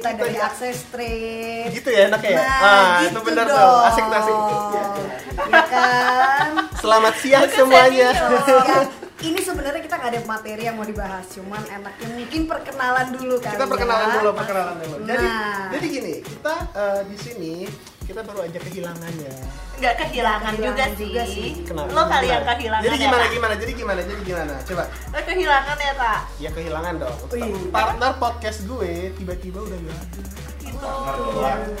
sukses trip. Gitu ya enaknya ya? Nah, Ah, gitu itu bener dong. tuh. Asik tuh, asik. Iya. Ya kan? Selamat siang Bukan semuanya. Ya, ini sebenarnya kita nggak ada materi yang mau dibahas, cuman enaknya mungkin perkenalan dulu kali. kita perkenalan ya. dulu, perkenalan dulu. Jadi, Nah. jadi gini, kita eh, di sini kita baru aja kehilangannya. nggak kehilangan, juga, Kehilangan juga sih. sih. Kenapa? Lo kali yang Gimana? kehilangan Jadi gimana, ya, Kak? gimana? Jadi gimana? Jadi gimana? Coba. Lo kehilangan ya, Tak? Ya kehilangan dong. Oh, iya. Wih. Partner podcast gue tiba-tiba udah gak ada. Gitu.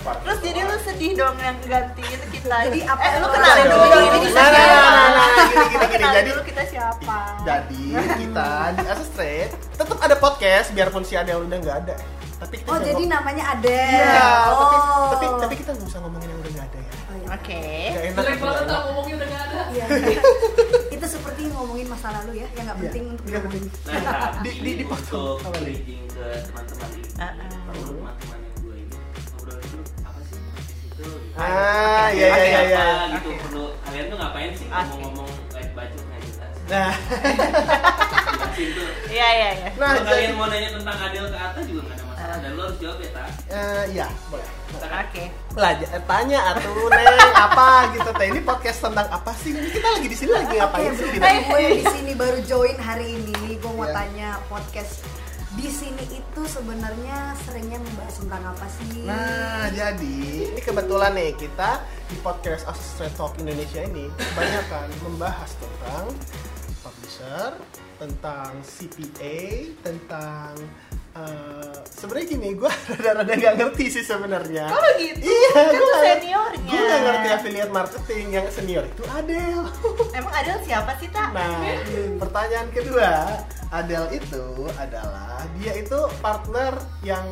Terus jadi lu sedih dong yang gantiin kita. Jadi apa- Eh, lu kenalin dulu Aduh. ini kita Nah, nah, nah, nah, siapa? nah, gini, gini, Lu gini. kenalin Jadi- dulu kita siapa? Jadi kita di Asa Straight tetap ada podcast biarpun si Adele udah nggak ada. Tapi kita Oh, nggak jadi ngom- namanya ada. Iya, oh. tapi, tapi tapi kita nggak usah ngomongin yang udah nggak ada ya. Oh, iya. Oke. Nggak enak. Eh, Jelek banget nggak tau enak. ngomongnya udah gak ada Iya. Itu seperti ngomongin masa lalu ya, yang nggak Iya, penting untuk nggak penting. Nah, Di- di- ini dipotong. untuk Apa nih? bridging ke teman-teman ini. Ah, ah. Kalau teman-teman yang gue ini ngobrol itu apa sih podcast itu? Ah, iya Apa iya sih, iya. iya. Ah. apa gitu perlu kalian tuh ngapain sih Oke. ngomong-ngomong like gitu. bacot nggak jelas? Nah, Jelasin tuh. Iya, iya, iya. nah Kalau jadi Ah. kalian mau nanya tentang Adel ke atas juga nggak ada masalah dan lo harus jawab ya tak. eh, iya boleh. Oke. Belajar eh, tanya atuh neng apa gitu teh ini podcast tentang apa sih? Ini kita lagi di sini lagi Oke, Iya. ngapain sih? Gitu. berhubung gue yang di sini baru join hari ini, gue mau Iya. tanya podcast di sini itu sebenarnya seringnya membahas tentang apa sih? Nah, jadi ini kebetulan nih kita di podcast Asus Straight Talk Indonesia ini kebanyakan membahas tentang publisher, tentang CPA, tentang eh, sebenarnya gini, gue rada-rada nggak ngerti sih sebenarnya. Kalau gitu, Iya, kan gue tuh nggak- seniornya. Gue nggak ngerti affiliate marketing yang senior itu Adel. Emang Adel siapa sih, Tak? Nah, pertanyaan kedua, Adel itu adalah dia itu partner yang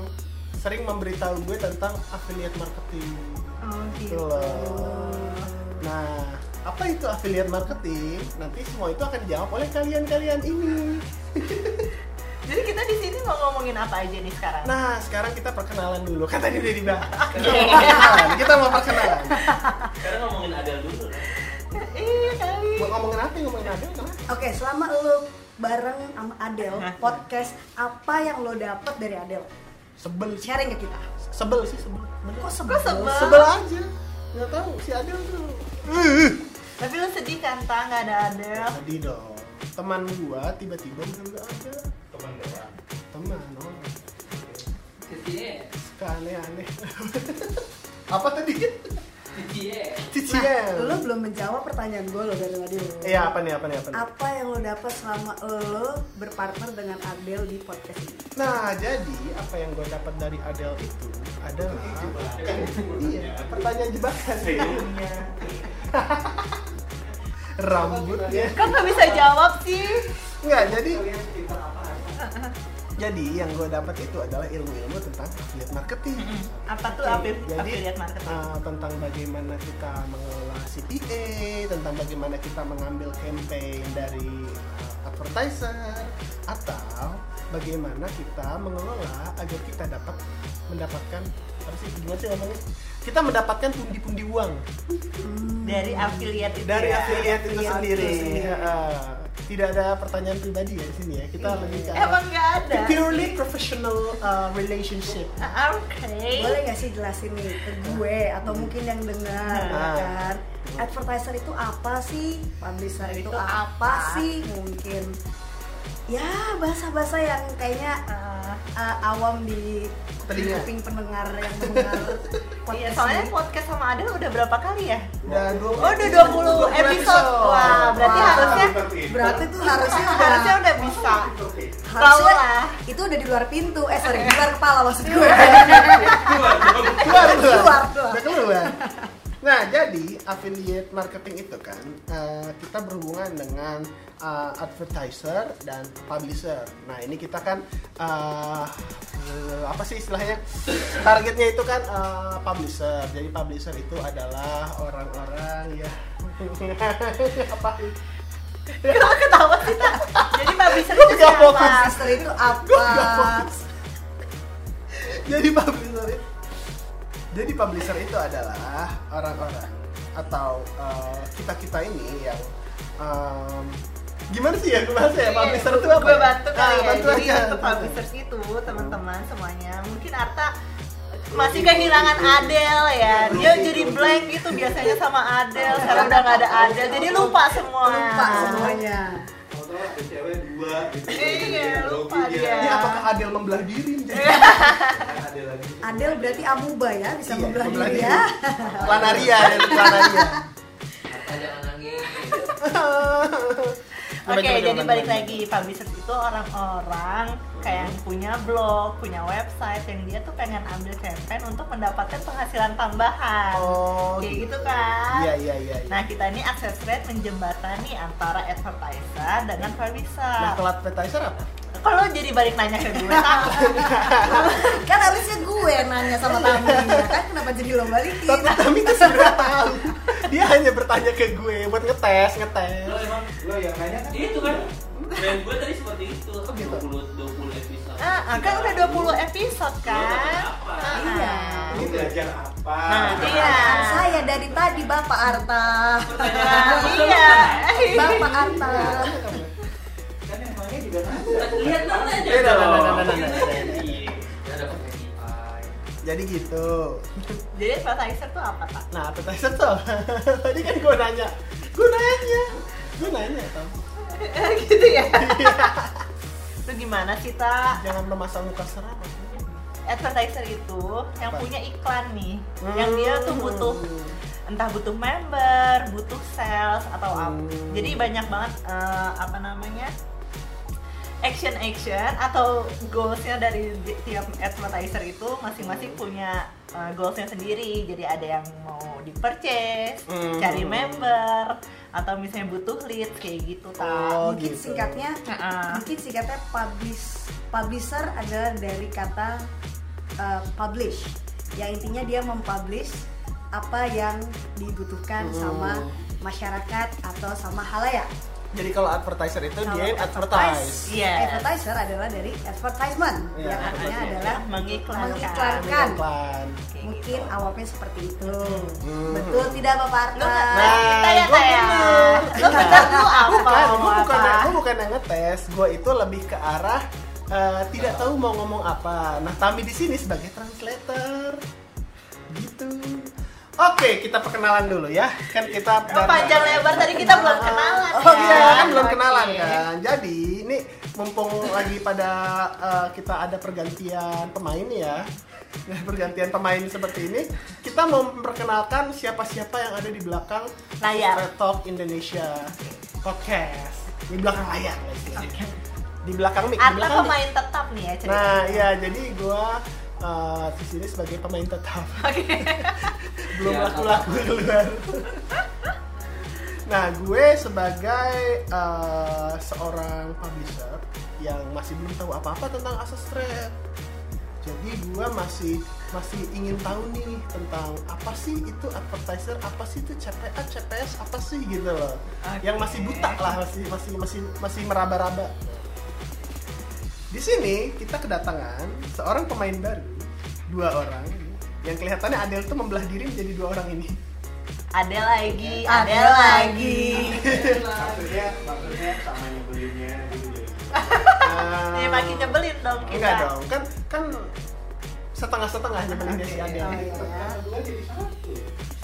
sering memberitahu gue tentang affiliate marketing. Oh, Gitu loh. Nah, apa itu affiliate marketing? Nanti semua itu akan dijawab oleh kalian-kalian ini. Jadi kita di sini mau ngomongin apa aja nih sekarang? Nah, sekarang kita perkenalan dulu. Kan tadi udah dibahas. Kita mau perkenalan. Kita mau perkenalan. Sekarang ngomongin Adel dulu lah. Iya kali. Mau ngomongin apa? Ngomongin Adel kenapa? Oke, selama lo bareng sama Adel Nah. podcast apa yang lo dapet dari Adel? Sebel sih. Sharing ke kita. Sebel sih, sebel. Bener. Kok sebel? Kok sebel? Sebel aja. Nggak tahu si Adel tuh. Tapi lu sedih kan, Tak? Nggak ada Adel. Tadi dong, teman gua tiba-tiba udah nggak ada. Teman doang. Teman orang Cie, suka aneh-aneh. Apa tadi? cie Nah, lo Ciciel. belum menjawab pertanyaan gue lo dari tadi lo. Iya, apa nih? Apa nih? Apa nih? Apa yang lo dapat selama lo berpartner dengan Adel di podcast ini? Nah, jadi apa yang gua dapat dari Adele itu Nah, adalah Iya, pertanyaan jebakan. Iya. Rambutnya. Kok nggak bisa jawab sih? Enggak, ya. jadi jadi yang gue dapat itu adalah ilmu-ilmu tentang affiliate marketing. Apa tuh afil- Hmm. Jadi, affiliate marketing? uh, tentang bagaimana kita mengelola CPA, tentang bagaimana kita mengambil campaign dari uh, advertiser, atau bagaimana kita mengelola agar kita dapat mendapatkan apa sih gimana sih ngomongnya? Kita mendapatkan pundi-pundi uang Dari affiliate itu dari ya? affiliate itu Affiliate sendiri. itu sendiri. Uh, tidak ada pertanyaan pribadi ya di sini ya. Kita lebih ke arah Emang nggak ada? purely professional uh, relationship. Ah, Oke. boleh gak sih jelasin nih ke gue atau mungkin yang dengar Nah. kan advertiser itu apa sih publisher itu, Itu apa, apa? sih mungkin ya bahasa-bahasa yang kayaknya uh, Ah, awam di Telinga. kuping pendengar yang mendengar podcast Iya, soalnya ini. podcast sama Adel udah berapa kali ya? Udah dua- Oh, udah 20 episode. Wah, berarti Wah. harusnya berarti tuh harusnya udah harusnya udah bisa. harusnya tahu lah. itu udah di luar pintu eh sorry di luar kepala maksud gue keluar Keluar, keluar keluar. udah keluar nah jadi affiliate marketing itu kan eh, kita berhubungan dengan eh, advertiser dan publisher nah ini kita kan eh, eh, apa sih istilahnya targetnya itu kan eh, publisher jadi publisher itu adalah orang-orang ya apa Kenapa ketawa sih, Tak? Jadi Mbak bisa Gua itu nggak fokus. siapa? publisher itu Gua nggak apa fokus. jadi publisher itu jadi publisher itu adalah orang-orang atau kita kita ini yang em, gimana sih ya gue bahasa ya publisher itu apa Gue ya? bantu Iya, kali Ah, ya. bantu Jadi gitu, aja. Iya, untuk publishers itu teman-teman semuanya. Mungkin Arta masih kehilangan Adele ya dia jadi iya. blank gitu biasanya sama Adele sekarang udah nggak ada Adele jadi lupa Iya. semua lupa semuanya Foto ada cewek dua gitu. Iya, lupa Grogi dia. Ini apakah Adele membelah diri menjadi Iya, Kan ada lagi. Adel berarti amuba ya bisa Iya, membelah membelah diri diri. ya planaria dari planaria? Harta jangan nangis. Coba, Oke, coba, jadi coba, balik coba. lagi publisher itu orang-orang kayak Iya. yang punya blog, punya website yang dia tuh pengen ambil campaign untuk mendapatkan penghasilan tambahan. Oh, kayak gitu gitu. kan. Iya iya iya. iya. Nah, kita ini akses rate menjembatani antara advertiser dengan Nah, publisher. kalau advertiser apa? Kalau jadi balik nanya ke gue, takut. kan harusnya gue nanya sama tamu ya kan kenapa jadi lo Iya. balikin Tapi Tami tuh sebenarnya tahu. Dia hanya bertanya ke gue buat ngetes ngetes. Lo emang Lo yang nanya dia itu kan brand gue tadi seperti itu. 20 20 episode. Oh, gitu. Ah, ah, kan udah 20 episode kan? Apa? Ah, Iya. Lu belajar apa? Nah, iya. saya dari tadi bapak Arta Nah, iya. bapak Arta Kan emangnya juga kan. Lihat nonton aja. Eh, nah, nah, nah, dong. nah, nah, nah, nah. Nggak ada Nah. Spotify. Jadi gitu. Jadi advertiser tuh apa, Pak? Nah, appetizer tuh. Tadi kan gue nanya. Gue nanya. Gue nanya, Tam. gitu ya Iya. lu gimana sih ta Jangan memasang muka seram. advertiser itu yang Apa? punya iklan nih yang dia tuh butuh Hmm. entah butuh member butuh sales atau apa Hmm. jadi banyak banget eh, apa namanya action action atau goalsnya dari di- tiap advertiser itu masing-masing Hmm. punya eh, goalsnya sendiri jadi ada yang mau di purchase Hmm. cari member atau misalnya butuh lead kayak gitu Oh, ta mungkin gitu. singkatnya Heeh. mungkin singkatnya publish publisher adalah dari kata uh, publish yang intinya dia mempublish apa yang dibutuhkan Hmm. sama masyarakat atau sama halayak Jadi kalau advertiser itu Kalau dia yang advertise. advertise, Yes. Advertiser adalah dari advertisement Iya, yang artinya advertisement. adalah Mengiklankan. kan? mengiklankan. Iklan. Kayak Mungkin gitu. awalnya seperti itu. Hmm. Betul tidak Bapak Lu Arta? ngetes kita ya Nah, gua Taya? bener. Lu bener lu apa? Bukan, Mau gue bukan, Nah, apa? gue bukan yang ngetes. Gue itu lebih ke arah eh, tidak tahu mau ngomong apa. Nah, Tami di sini sebagai translator. Gitu. Oke, kita perkenalan dulu ya. Kan kita Kan panjang lebar tadi kita belum kenalan Oh iya, ya. kan belum kenalan Oke. kan. Jadi, ini mumpung lagi pada eh, kita ada pergantian pemain ya. Nah, pergantian pemain seperti ini, kita mau memperkenalkan siapa-siapa yang ada di belakang Layar. Secret Talk Indonesia podcast. Di belakang layar lah istilahnya. Di belakang mic, di Arta belakang mic. pemain tetap nih ya ceritanya Nah, iya jadi gua eh, di sini sebagai pemain tetap. Oke belum Iya, laku-laku keluar. nah, gue sebagai eh, seorang publisher yang masih belum tahu apa-apa tentang asas thread. Jadi gue masih masih ingin tahu nih tentang apa sih itu advertiser, apa sih itu CPA, CPS, apa sih gitu loh. Oke. Yang masih buta lah, masih masih masih masih meraba-raba. Di sini kita kedatangan seorang pemain baru, dua orang yang kelihatannya Adel tuh membelah diri menjadi dua orang ini. Ada lagi, Ada ada lagi Maksudnya maksudnya sama nyebelinnya gitu. Ah, Ini Iya, makin nyebelin dong kita Enggak dong, kan kan setengah-setengah nyebelinnya si Adel. Oh, iya. Dua jadi satu.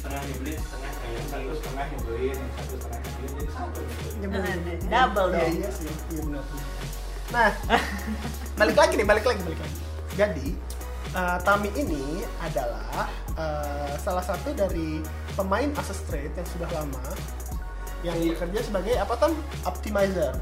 Setengah nyebelin, setengah yang satu setengah nyebelin, yang satu setengah nyebelin jadi satu. Nyebelin. Double Iya, dong iya sih, iya benar. Nah, balik lagi nih, balik lagi, balik lagi. Jadi, eh, Tami ini adalah eh, salah satu dari pemain Asus Trade yang sudah lama yang bekerja sebagai apa tam optimizer.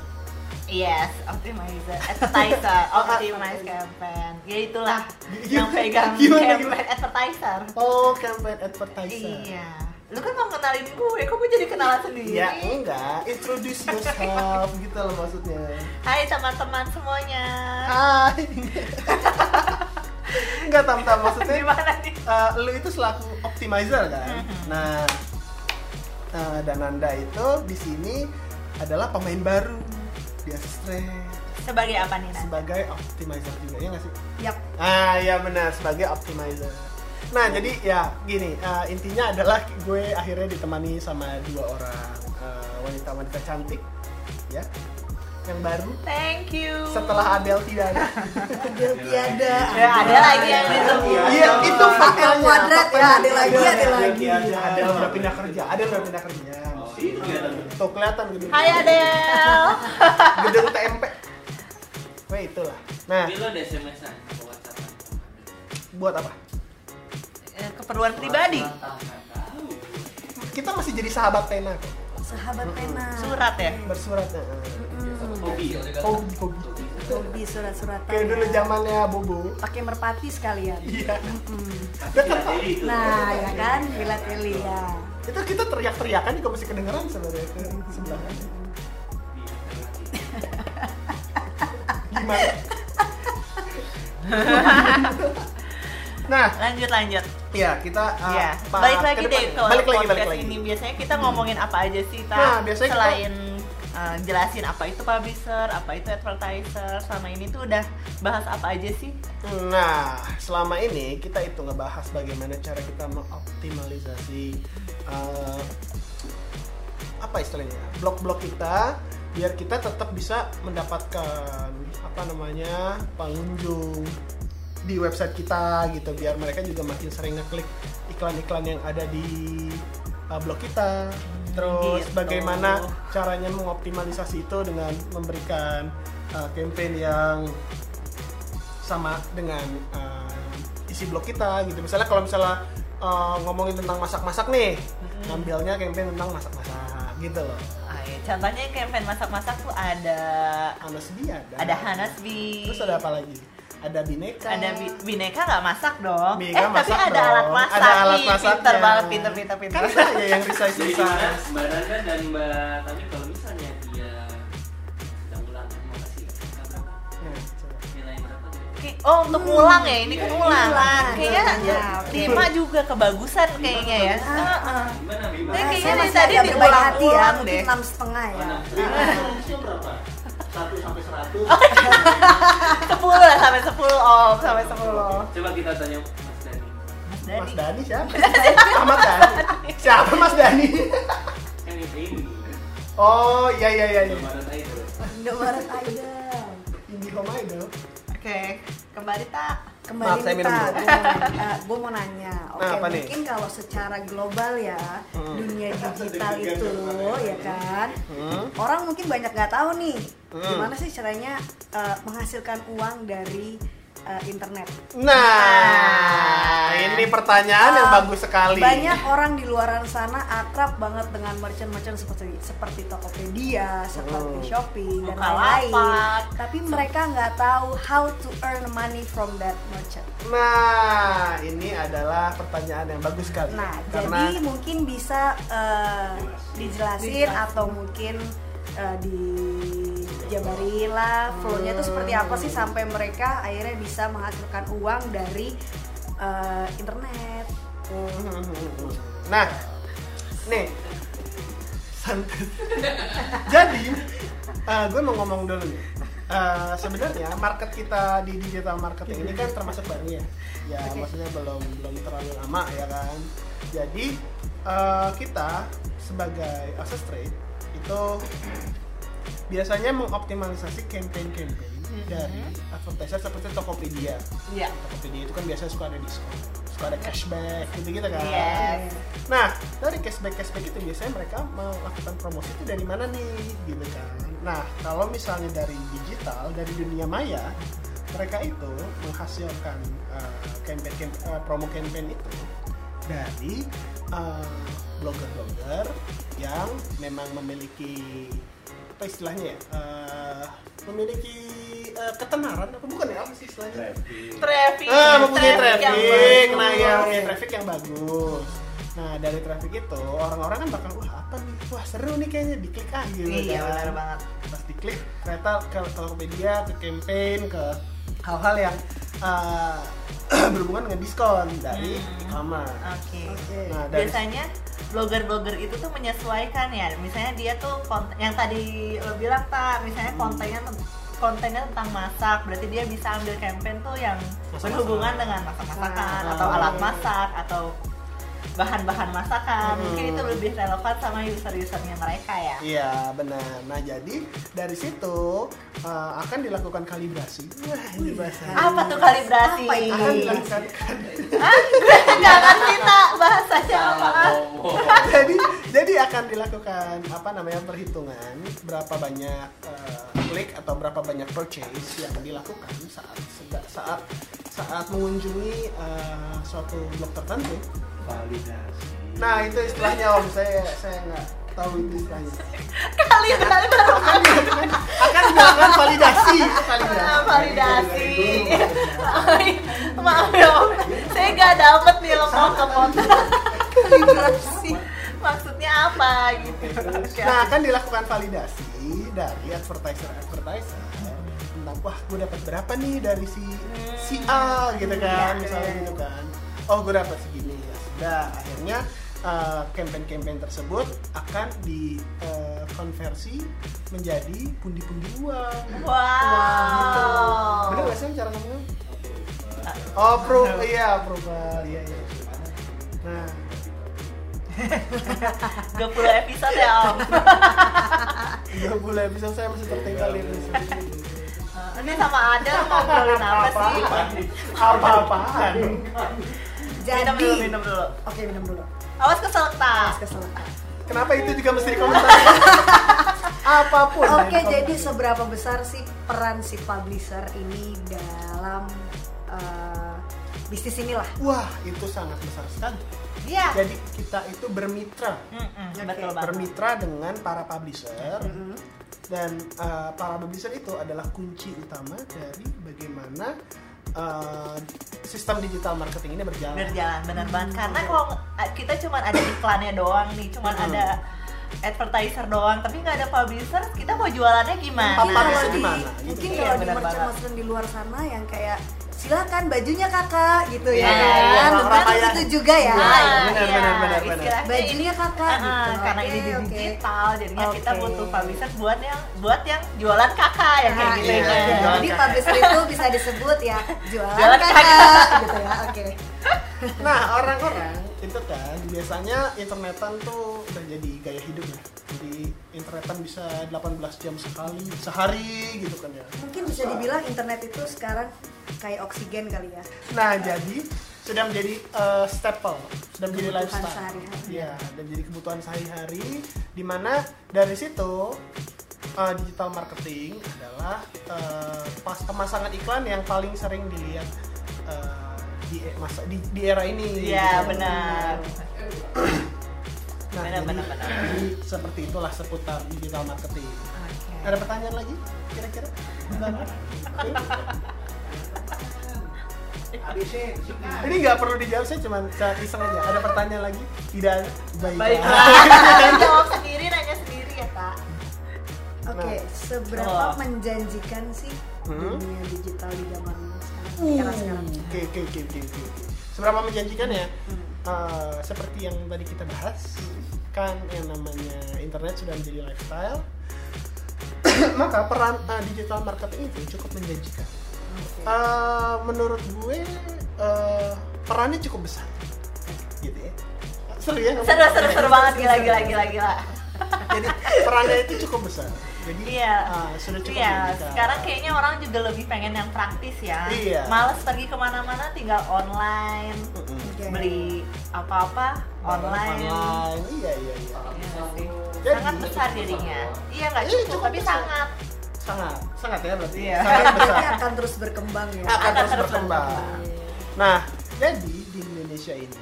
Yes, optimizer Advertiser, optimize campaign Ya itulah yang pegang Nah, Gimana, campaign gimana? advertiser Oh, campaign advertiser. Iya Lu kan mau kenalin gue, kok gue jadi kenalan sendiri? Ya enggak, introduce yourself gitu loh maksudnya. Hai teman-teman semuanya. Hai. enggak tam tam maksudnya Gimana nih? eh, lu itu selaku optimizer kan. Mhm. Nah, eh, dan Nanda itu di sini adalah pemain baru di Astrade Sebagai apa nih Nanda? sebagai optimizer juga ya nggak sih? Yap. Ah ya benar sebagai optimizer. Nah jadi ya gini eh, intinya adalah gue akhirnya ditemani sama dua orang eh, wanita-wanita cantik ya yang baru Thank you. setelah Adele tidak ada. Adel tiada. Ya, ada lagi yang ditunggu. Iya itu Iya, L kuadrat ya, ada lagi, ada lagi. Ada yang udah pindah kerja, ada yang udah pindah kerja. Oh, iya, kelihatan. Tuh kelihatan gedung. Hai Adel. Gedung TMP. Wah itulah. Nah, Tapi lo ada SMS-an ke WhatsApp-an. buat apa? Eh, Keperluan pribadi. Tahu, nggak tahu. Kita masih jadi sahabat pena kok. Sahabat pena. Surat Iya. ya. Bersuratnya. Mm-mm. Hobi. Kecil juga Hobi, hobi. Hobi surat-suratan. Kayak dulu zamannya Bobo. pakai merpati sekalian. Iya. Mm-mm. Tapi nggak jadi gitu. itu. Nah, ya kan, bila pilih ya. Itu kita teriak-teriakan juga masih kedengeran sebenarnya ke sebelah. Gimana? nah, Lanjut lanjut. ya kita uh, Iya. Pak- Balik lagi ke depan deh ya. ke balik lagi, podcast balik lagi. ini. Biasanya kita ngomongin apa aja sih, Ta? Nah, biasanya kita- Selain eh, jelasin apa itu publisher, apa itu advertiser, sama ini tuh udah bahas apa aja sih? Nah, selama ini kita itu ngebahas bagaimana cara kita mengoptimalisasi eh, apa istilahnya blok-blok kita biar kita tetap bisa mendapatkan apa namanya pengunjung di website kita gitu biar mereka juga makin sering ngeklik iklan-iklan yang ada di eh, blog kita terus gitu. bagaimana caranya mengoptimalisasi itu dengan memberikan eh, campaign yang sama dengan eh, isi blog kita gitu misalnya kalau misalnya eh, ngomongin tentang masak-masak nih ngambilnya campaign tentang masak-masak gitu loh Ah, ya. Contohnya campaign masak-masak tuh ada Anas Bi ada ada Hanasbi. terus ada apa lagi ada bineka Ada bi- bineka nggak masak dong? Bineka eh tapi masak ada dong. alat masak. ada alat Ih, masak Pinter banget, pinter pinter pinter. kan saya yang Jadi resize-resize gimana Mbak Randa dan Mbak Tami kalau misalnya dia sedang ulang mau kasih angka berapa? Nah, coba. Nilai berapa? Oke, Oh untuk ulang ya, ini kan Iya, ulang. ulang. Kayaknya Iya, Dima juga kebagusan kayaknya Ah, ya. Iya. ah. Gimana? Bima? Nah, Eh, kayaknya saya dari masih tadi agak berbaik diulang-ulang hati ya, deh. mungkin enam setengah ya. Nah, Bima harusnya berapa? 1 sampai 100. Sepuluh lah sampai sepuluh om, sampai sepuluh. Coba kita tanya Mas Dani. Mas Dani siapa? Ahmad Dani. Siapa Mas Dani? Kan itu ini. Oh iya iya iya. iya. Lebaran itu. Indomaret Idol. Indie Home Idol. Oke, kembali tak. Kembali Maaf, saya nih, minum Pak. dulu. Gue mau nanya, oke Nah, apa nih? mungkin kalau secara global ya Hmm. dunia digital itu, ya kan, Hmm. orang mungkin banyak nggak tahu nih Hmm. gimana sih caranya eh, menghasilkan uang dari eh, internet. Nah, ini pertanyaan Kan yang Um, bagus sekali. Banyak orang di luaran sana akrab banget dengan merchant-merchant seperti seperti Tokopedia, seperti Hmm. Shopee dan Bukalapak. lain-lain. Tapi mereka nggak tahu how to earn money from that merchant. Nah, ini adalah pertanyaan yang bagus sekali. Nah, Karena jadi mungkin bisa eh, dijelasin atau mungkin eh, dijabarin lah flow-nya itu seperti apa sih sampai mereka akhirnya bisa menghasilkan uang dari eh, internet. Nah, nih, santai. Jadi, eh, gue mau ngomong dulu nih. Eh, Sebenarnya market kita di digital marketing ini kan termasuk baru ya. Ya, maksudnya belum belum terlalu lama ya kan. Jadi eh, kita sebagai access trade itu biasanya mengoptimalisasi campaign-campaign dari advertiser seperti Tokopedia. Iya. Tokopedia itu kan biasanya suka ada diskon, suka ada cashback gitu-gitu kan. Yes. Nah, dari cashback-cashback itu biasanya mereka melakukan promosi itu dari mana nih gitu kan. Nah, kalau misalnya dari digital, dari dunia maya, mereka itu menghasilkan eh, campaign, camp- eh, promo campaign itu dari eh, blogger-blogger yang memang memiliki apa istilahnya ya? eh, memiliki eh, ketenaran apa bukan ya apa sih istilahnya? Traffic. Ah, mempunyai yang traffic, bagus. nah yang yang traffic yang bagus. Nah dari traffic itu orang-orang kan bakal wah apa nih, wah seru nih kayaknya diklik ah gitu. Iya kan. benar banget. Pas diklik ternyata ke Tokopedia, ke campaign, ke hal-hal yang eh, berhubungan dengan diskon dari Hmm. e-commerce. Oke. Nah dari Biasanya blogger-blogger itu tuh menyesuaikan ya. Misalnya dia tuh konten, yang tadi lo bilang tak, misalnya kontennya ten- kontennya tentang masak, berarti dia bisa ambil campaign tuh yang Masak-masak. berhubungan dengan masak-masakan Ah. atau alat masak atau bahan-bahan masakan Hmm. mungkin itu lebih relevan sama user-usernya mereka ya Iya benar. Nah jadi dari situ eh, akan dilakukan kalibrasi. Wah ini bahasanya. apa tuh kalibrasi Nah, Apa itu? Akan dilakukan kalibrasi. ah gue nggak ngerti tak bahasanya apa Oh, jadi jadi akan dilakukan apa namanya perhitungan berapa banyak eh, klik atau berapa banyak purchase yang dilakukan saat sega- saat saat mengunjungi eh, suatu blog tertentu. validasi Nah itu istilahnya om saya saya nggak tahu itu istilahnya. kalibrasi baru Akan dilakukan, akan dilakukan validasi validasi. validasi maaf ya om saya nggak dapet nih lokal ke kalibrasi maksudnya apa gitu Oke. Nah, akan dilakukan validasi dari advertiser-advertiser tentang wah gue dapat berapa nih dari si si A gitu kan, misalnya gitu kan. Oh, gue dapat segini ya sudah. Akhirnya eh, campaign-campaign tersebut akan dikonversi menjadi pundi-pundi uang. gitu. wow Bener gak sih cara ngomongnya? Oh, pro, iya, approval, iya, iya. Nah, 20 episode ya om udah mulai bisa saya masih tertinggal ini. ini sama ada ngobrolin apa sih Apa-apaan? minum jadi dulu minum dulu oke minum dulu awas kesel pas tak kesel Kenapa itu juga mesti dikomentari? Apapun. yang Oke, dikomentari. jadi seberapa besar sih peran si publisher ini dalam eh, bisnis inilah? Wah, itu sangat besar sekali. Ya. iya Jadi kita itu bermitra. Mm-mm, Oke, betul banget Bermitra dengan para publisher. Mm-mm. Dan eh, para publisher itu adalah kunci utama dari bagaimana eh, sistem digital marketing ini berjalan. berjalan bener banget karena kalau nge- kita cuman ada iklannya doang nih cuman Mm-mm. ada advertiser doang tapi nggak ada publisher kita mau jualannya Iya. gimana Mungkin Publisher kalau di, gimana, gitu. mungkin Iya, kalau di benar merchant banget. merchant di luar sana yang kayak silakan bajunya kakak gitu ya Iya, iya, iya. kan? Orang-orang Mungkin kayak- itu juga ya. Iya, iya, Nah, benar, iya, benar, benar, benar. istilahnya Bajunya ini- kakak Ah, ah, gitu. karena Oke, ini di oke. digital jadinya kita Oke. butuh publisher buat yang buat yang jualan kakak yang kayak Nah, gitu iya. ya, kan. jualan Jadi kakak. publisher itu bisa disebut ya jualan, Jualan kakak, kakak. gitu ya. Oke. Nah, orang-orang itu kan biasanya internetan tuh udah jadi gaya hidup ya. Jadi internetan bisa 18 jam sekali, sehari gitu kan ya. Mungkin bisa dibilang internet itu sekarang kayak oksigen kali ya. Nah, jadi sudah menjadi eh, staple, sudah menjadi Kebutuhan lifestyle. sehari-hari. Iya, dan jadi kebutuhan sehari-hari di mana dari situ eh, digital marketing adalah eh, pas pemasangan iklan yang paling sering dilihat eh, di, masa, di, di era ini. Iya, Gitu. Nah, benar. Benar, jadi, benar, benar. Nah, jadi seperti itulah seputar digital marketing. Oke. Ada pertanyaan lagi? Kira-kira? Bentar. ABC Ini nggak perlu dijawab, saya cuma saya iseng aja. Ada pertanyaan lagi? Tidak ada. Baiklah. Baiklah, jawab sendiri, nanya sendiri ya kak. Oke, Nah. seberapa Oh. menjanjikan sih Hmm? dunia digital di zaman sekarang? Era sekarang. Oke, oke, oke, oke, oke. oke. Seberapa menjanjikan ya? Hmm. Eh, seperti yang tadi kita bahas, kan yang namanya internet sudah menjadi lifestyle. Maka peran eh, digital marketing itu cukup menjanjikan. Oke. Eh, menurut gue eh, perannya cukup besar, gitu ya. Seru ya? ngomong? Seru, seru, seru banget, gila, gila, gila, gila. Jadi perannya itu cukup besar. Jadi Iya. eh, sudah cukup Iya, menjanjikan. sekarang kayaknya orang juga lebih pengen yang praktis ya. Iya. Males pergi kemana-mana, tinggal online, Mm-mm. Oke. beli apa-apa online. Online, iya iya iya. Iya sih. Jadi- sangat besar jadinya. Iya nggak Iya, cukup, cukup tapi besar. sangat. Sangat, sangat ya berarti. Iya. Sangat besar. Ini akan terus berkembang ya. akan Akan terus terus berkembang. berkembang. Nah, jadi di Indonesia ini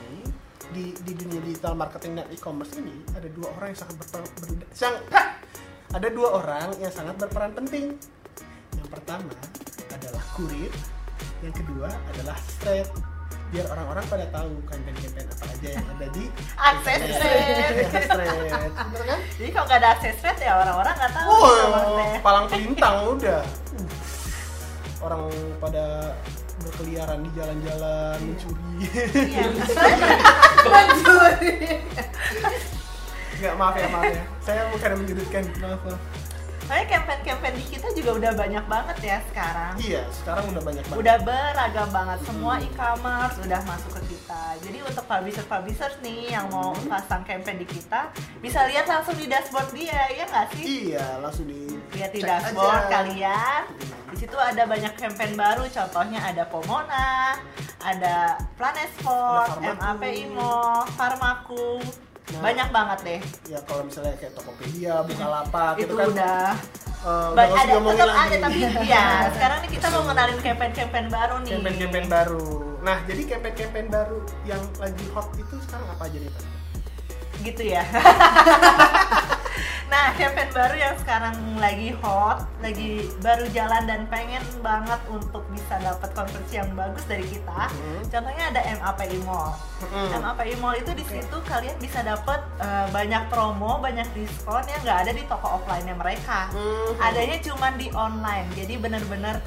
di, di dunia digital marketing dan e-commerce ini ada dua orang yang sangat berperan ber- sang- ada dua orang yang sangat berperan penting. Yang pertama adalah kurir, yang kedua adalah spread biar orang-orang pada tahu campaign-campaign apa aja yang ada di Akses rate. Akses rate. Bener kan? Jadi kalau nggak ada akses rate ya orang-orang nggak Oh. tahu. sama Wow, teh. palang pelintang udah. Uh, Orang pada berkeliaran di jalan-jalan mencuri. Iya. Nggak maaf ya maaf ya. Saya bukan yang menyudutkan. Maaf maaf. Soalnya campaign-campaign di kita juga udah banyak banget ya sekarang. Iya, sekarang udah banyak banget. Udah beragam banget semua e-commerce udah masuk ke kita. Jadi untuk publisher-publisher nih yang mau pasang campaign di kita bisa lihat langsung di dashboard dia, ya nggak sih? Iya, langsung di Lihat di cek dashboard aja. kalian. Di situ ada banyak campaign baru, contohnya ada Pomona, ada Planesport, Ada Farmaku. MAP Imo, Farmaku. Nah. Banyak banget deh. Ya kalau misalnya kayak Tokopedia, Bukalapak itu kan udah eh, udah Ba- harus ada diomongin tetap lagi. ada tapi ya sekarang nih kita mau ngenalin campaign-campaign baru nih campaign-campaign baru. Nah, jadi campaign-campaign baru yang lagi hot itu sekarang apa aja nih, Tan? gitu ya nah campaign baru yang sekarang lagi hot lagi baru jalan dan pengen banget untuk bisa dapat konversi yang bagus dari kita Hmm. contohnya ada MAPI Mall Hmm. MAPI Mall itu di situ kalian bisa dapat eh, banyak promo banyak diskon yang nggak ada di toko offline-nya mereka Hmm. adanya cuman di online jadi bener-bener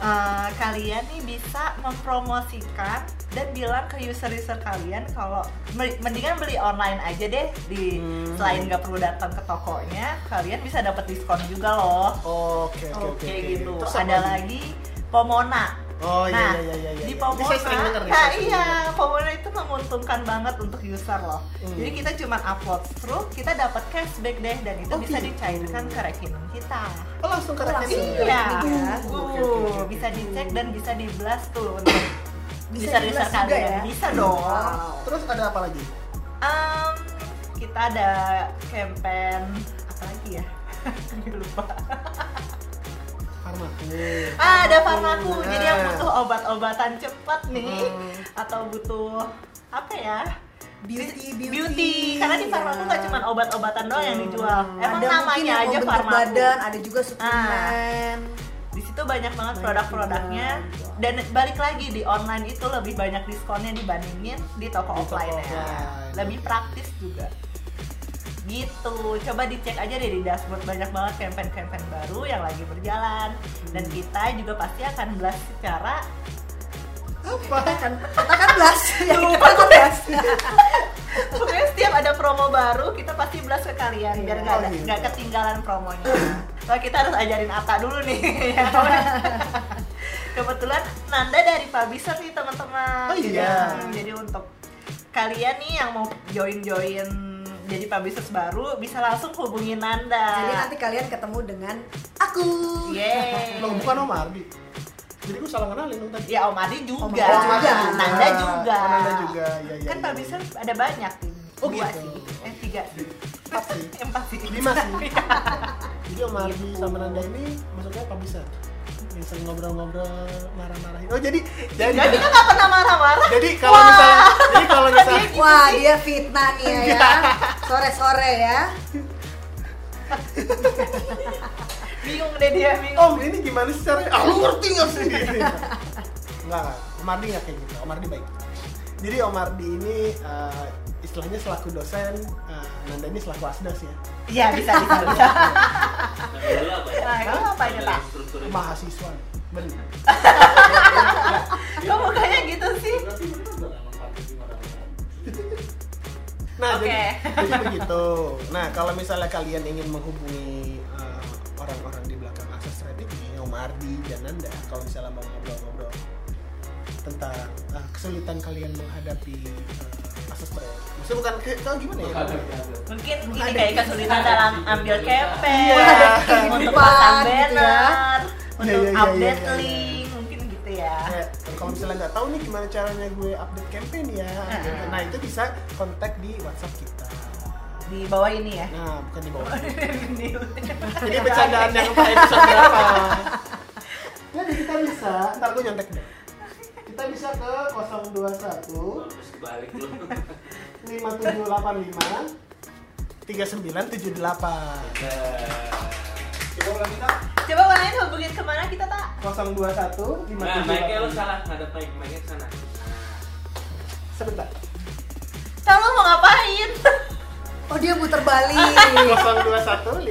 eh, kalian nih bisa mempromosikan dan bilang ke user-user kalian kalau "Me- mendingan beli online aja deh di Hmm. selain nggak perlu datang ke tokonya kalian bisa dapat diskon juga loh Oke, oke, oke oke. gitu Terus apa ada lagi? lagi Pomona Oh iya, Nah, iya, iya, iya, iya. di Ini Pomona, saya sering denger nih, nah saya sering iya, denger. Pomona itu menguntungkan banget untuk user loh. Hmm. Jadi kita cuma upload through, kita dapat cashback deh dan itu Oh, bisa gitu. dicairkan ke rekening kita. Oh, langsung ke rekening. Iya. Uh, Oke, oke, oke, oke. Bisa dicek dan bisa di blast tuh untuk Bisa bisa di-blast bisa juga kalian. ya? Bisa dong. Terus ada apa lagi? Em, kita ada campaign apa lagi ya? Gue lupa. Farmaku. Ah, ada farmaku. Nah. Jadi yang butuh obat-obatan cepat nih Hmm. atau butuh apa ya? Beauty, beauty. Karena di farmaku nggak Iya. cuma obat-obatan doang Oh, yang dijual. Emang ada mungkin namanya yang aja membentuk farmaku. badan, ada juga suplemen. di situ banyak banget Banyak produk-produknya juga. dan balik lagi di online itu lebih banyak diskonnya dibandingin di toko Di toko offline ya offline. lebih praktis juga gitu coba dicek aja deh di dashboard banyak banget campaign-campaign baru yang lagi berjalan dan kita juga pasti akan belas secara Apa? Kita kan kita kan blas, Iya, ya kita Lupa kan blas. pokoknya setiap ada promo baru kita pasti belas ke kalian biar Iya. nggak ada- Oh, gitu. nggak ketinggalan promonya Wah kita harus ajarin Ata dulu nih ya kan? kebetulan Nanda dari publisher nih teman-teman Oh, iya. Hmm, jadi untuk kalian nih yang mau join join jadi publisher baru bisa langsung hubungi Nanda Jadi nanti kalian ketemu dengan aku. Yeay. Loh, bukan Om Ardi. Jadi gue salah kenalin dong tadi. ya Om Adi juga, Om Adi juga. iya, Nanda juga Oh, Nanda juga. Ya, ya, kan ya, publisher ya. ada banyak nih Oh, dua gitu. sih eh tiga sih Empat sih. empat sih Lima sih. Jadi Om Ardi sama Nanda ini masuknya publisher. Yang sering ngobrol-ngobrol, marah-marahin. Oh, jadi jadi jadi kita nggak pernah marah-marah jadi kalau misalnya jadi kalau misalnya Wah, dia fitnah nih ya, ya. Sore-sore ya. bingung deh dia bingung Om ini gimana sih caranya? Ah lu ngerti nggak sih? Enggak, Om Ardi nggak kayak gitu. Om Ardi baik. Jadi Om Ardi ini eh, istilahnya selaku dosen, eh, Nanda ini selaku asdas ya. iya bisa bisa bisa Nah, lu apa ya? Nah, lu ngapain ya, Pak? Struktur ini. Mahasiswa. Bener. kok mukanya gitu sih Berarti bener dong emang kampus di mana-mana. Nah, Oke. jadi, jadi begitu. Nah, kalau misalnya kalian ingin menghubungi eh, orang-orang di belakang Asas Rabbit ini, Om Ardi dan Nanda, kalau misalnya mau ngobrol-ngobrol tentang eh, kesulitan kalian menghadapi eh, Asas Rabbit. Maksudnya bukan ke, kalau gimana ya? mungkin ini kayak kesulitan dalam ambil campaign Iya. untuk Kehidupan, pasang gitu ya. banner Iya, untuk iya, iya, update iya, iya. link mungkin gitu ya Kayak, kalau misalnya nggak tahu nih gimana caranya gue update campaign ya. Nah, itu bisa kontak di WhatsApp kita. di bawah ini ya Nah, bukan di bawah. Ini ini bercandaan yang entah episode berapa. Jadi kita bisa, ntar gue nyontek deh. Kita bisa ke 021 Terus balik lu. 5785 3978 Coba ulang kita. coba warnanya hubungin kemana kita tak 021 Nah, mic-nya lu 5785 salah, ngadep mic, mic-nya ke sana. Sebentar tak lu mau ngapain Oh, dia muter balik. 021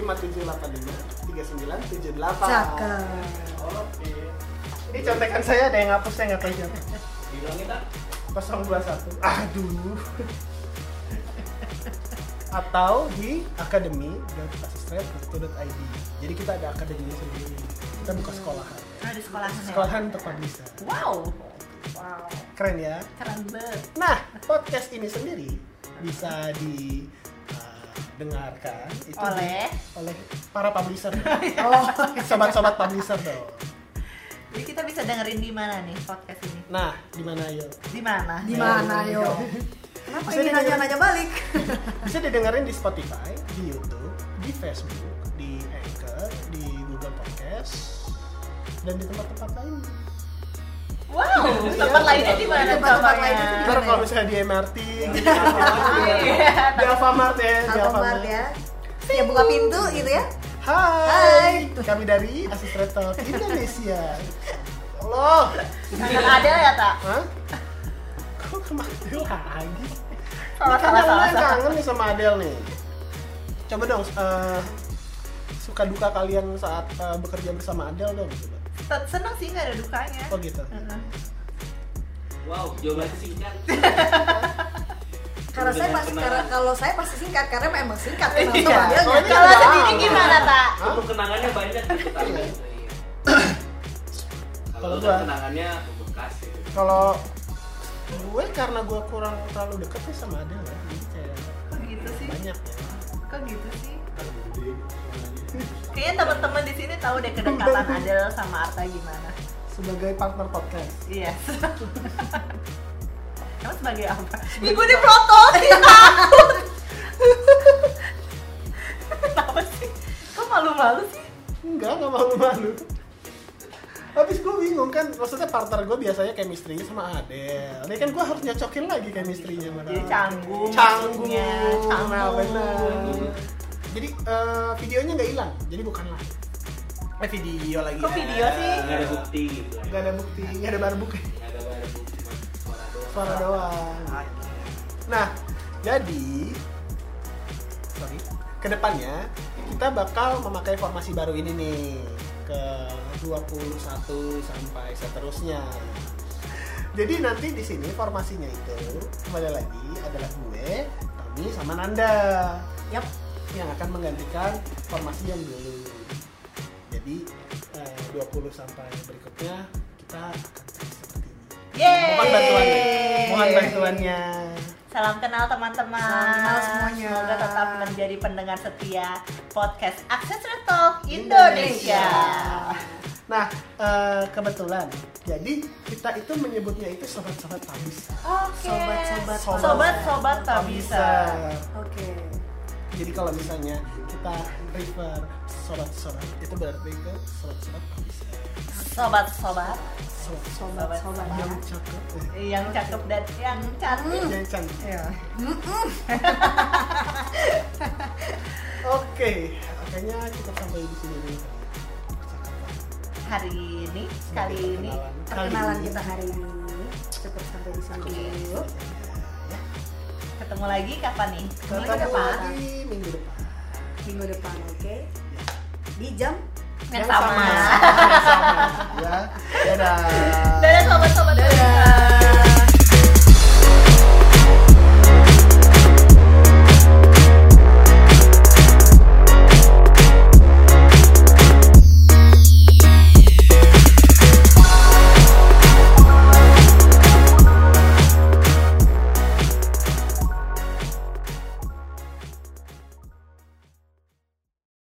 5785 3978 Cakep. Oke. Ini contekan saya ada yang hapus, saya nggak tahu siapa Bilang kita 021 Aduh atau di akademi.asistrate.co.id. Jadi kita ada akademinya sendiri. Kita buka sekolahan. Nah, di sekolah Sekolahan untuk publisher. Wow, Wow. Keren ya. keren banget. Nah, podcast ini sendiri bisa didengarkan itu di- Oleh? oleh para publisher. Oh, sobat-sobat publisher dong. Jadi kita bisa dengerin di mana nih podcast ini? Nah, di mana yo? Di mana? Di mana yo? Kenapa Bisa ini didengar- nanya-nanya balik? Bisa didengerin di Spotify, di YouTube, di Facebook, di Anchor, di Google Podcast, dan di tempat-tempat lain. Wow, Iya. tempat lainnya di mana? Tempat-tempat lainnya tuh di Ntar mana kalau ya? misalnya di MRT, di Iya. di Alfamart ya, di Alfamart ya. Ya buka pintu gitu ya. Hai, kami dari Asistrator Indonesia. Ya Allah, Nggak ada ya tak? Hah? Kok kemana lagi? Salah, Ini kangen salah, nih, salah, kangen nih sama Adele nih. Coba dong, eh, suka duka kalian saat eh, bekerja bersama Adele dong. Coba. Tet- Seneng sih nggak ada dukanya. Oh gitu. Heeh. Wow, jawabannya singkat. Karena saya Dengan pasti kenangan- karena kalau saya pasti singkat karena memang singkat kenal Iya. sama dia. Soalnya Kalau doang. sendiri gimana gitu tak? Hah? Untuk kenangannya banyak gitu kan. Iya. Kalau Kalau gua- untuk kenangannya bekas gitu. Kalau gue karena gue kurang terlalu deket nih sama Adele ya, jadi kayak Kok gitu sih? banyak ya. Kok gitu sih? Gede, suaranya. Kayaknya teman-teman di sini tahu deh kedekatan Adel sama Arta gimana. Sebagai partner podcast. Iya. Kamu sebagai apa? Ih, gue diprototin takut. Kenapa sih? Kok malu-malu sih? Enggak, enggak malu-malu. Habis gue bingung kan, maksudnya partner gue biasanya chemistry sama Adele. Ini kan gue harus nyocokin lagi chemistry-nya sama Jadi Adele. canggung. canggung maksudnya. nah benar Canggung. jadi eh, videonya nggak hilang jadi bukan live eh video lagi Kok ya. video sih? Nggak ada bukti gitu. lah. nggak ada bukti nggak ada barbuk Nggak ada nggak ada bukti, cuma suara doang. suara doang nah jadi sorry kedepannya kita bakal memakai formasi baru ini nih ke 21 sampai seterusnya jadi nanti di sini formasinya itu kembali lagi adalah gue, Tommy sama Nanda. Yap. yang akan menggantikan formasi yang dulu. Jadi eh, 20 sampai berikutnya kita akan terus seperti ini. Yeay. Mohon bantuannya. Mohon bantuannya. Salam kenal teman-teman. Salam kenal semuanya. Semoga tetap menjadi pendengar setia podcast Access Talk Indonesia. Nah, eh, kebetulan. Jadi kita itu menyebutnya itu sobat-sobat tabis. Oke. Sobat-sobat. Sobat-sobat tak bisa. Oke. Jadi kalau misalnya kita refer sobat-sobat itu berarti ke sobat-sobat tabisa. Sobat-sobat Sobat-sobat Sobat-sobat. ya. yang cakep. eh, yang cakep dan yang cantik. Yang cantik. Iya. Ya. Oke, kayaknya kita sampai di sini dulu. Percakapan. Hari ini, kali ini. Perkenalan kita hari ini cukup sampai di sini dulu. Ketemu lagi kapan nih? Kita Minggu depan. lagi minggu depan. Minggu depan, oke? Di jam Yang Yang Ah. sama. Yang sama. Ya, dadah.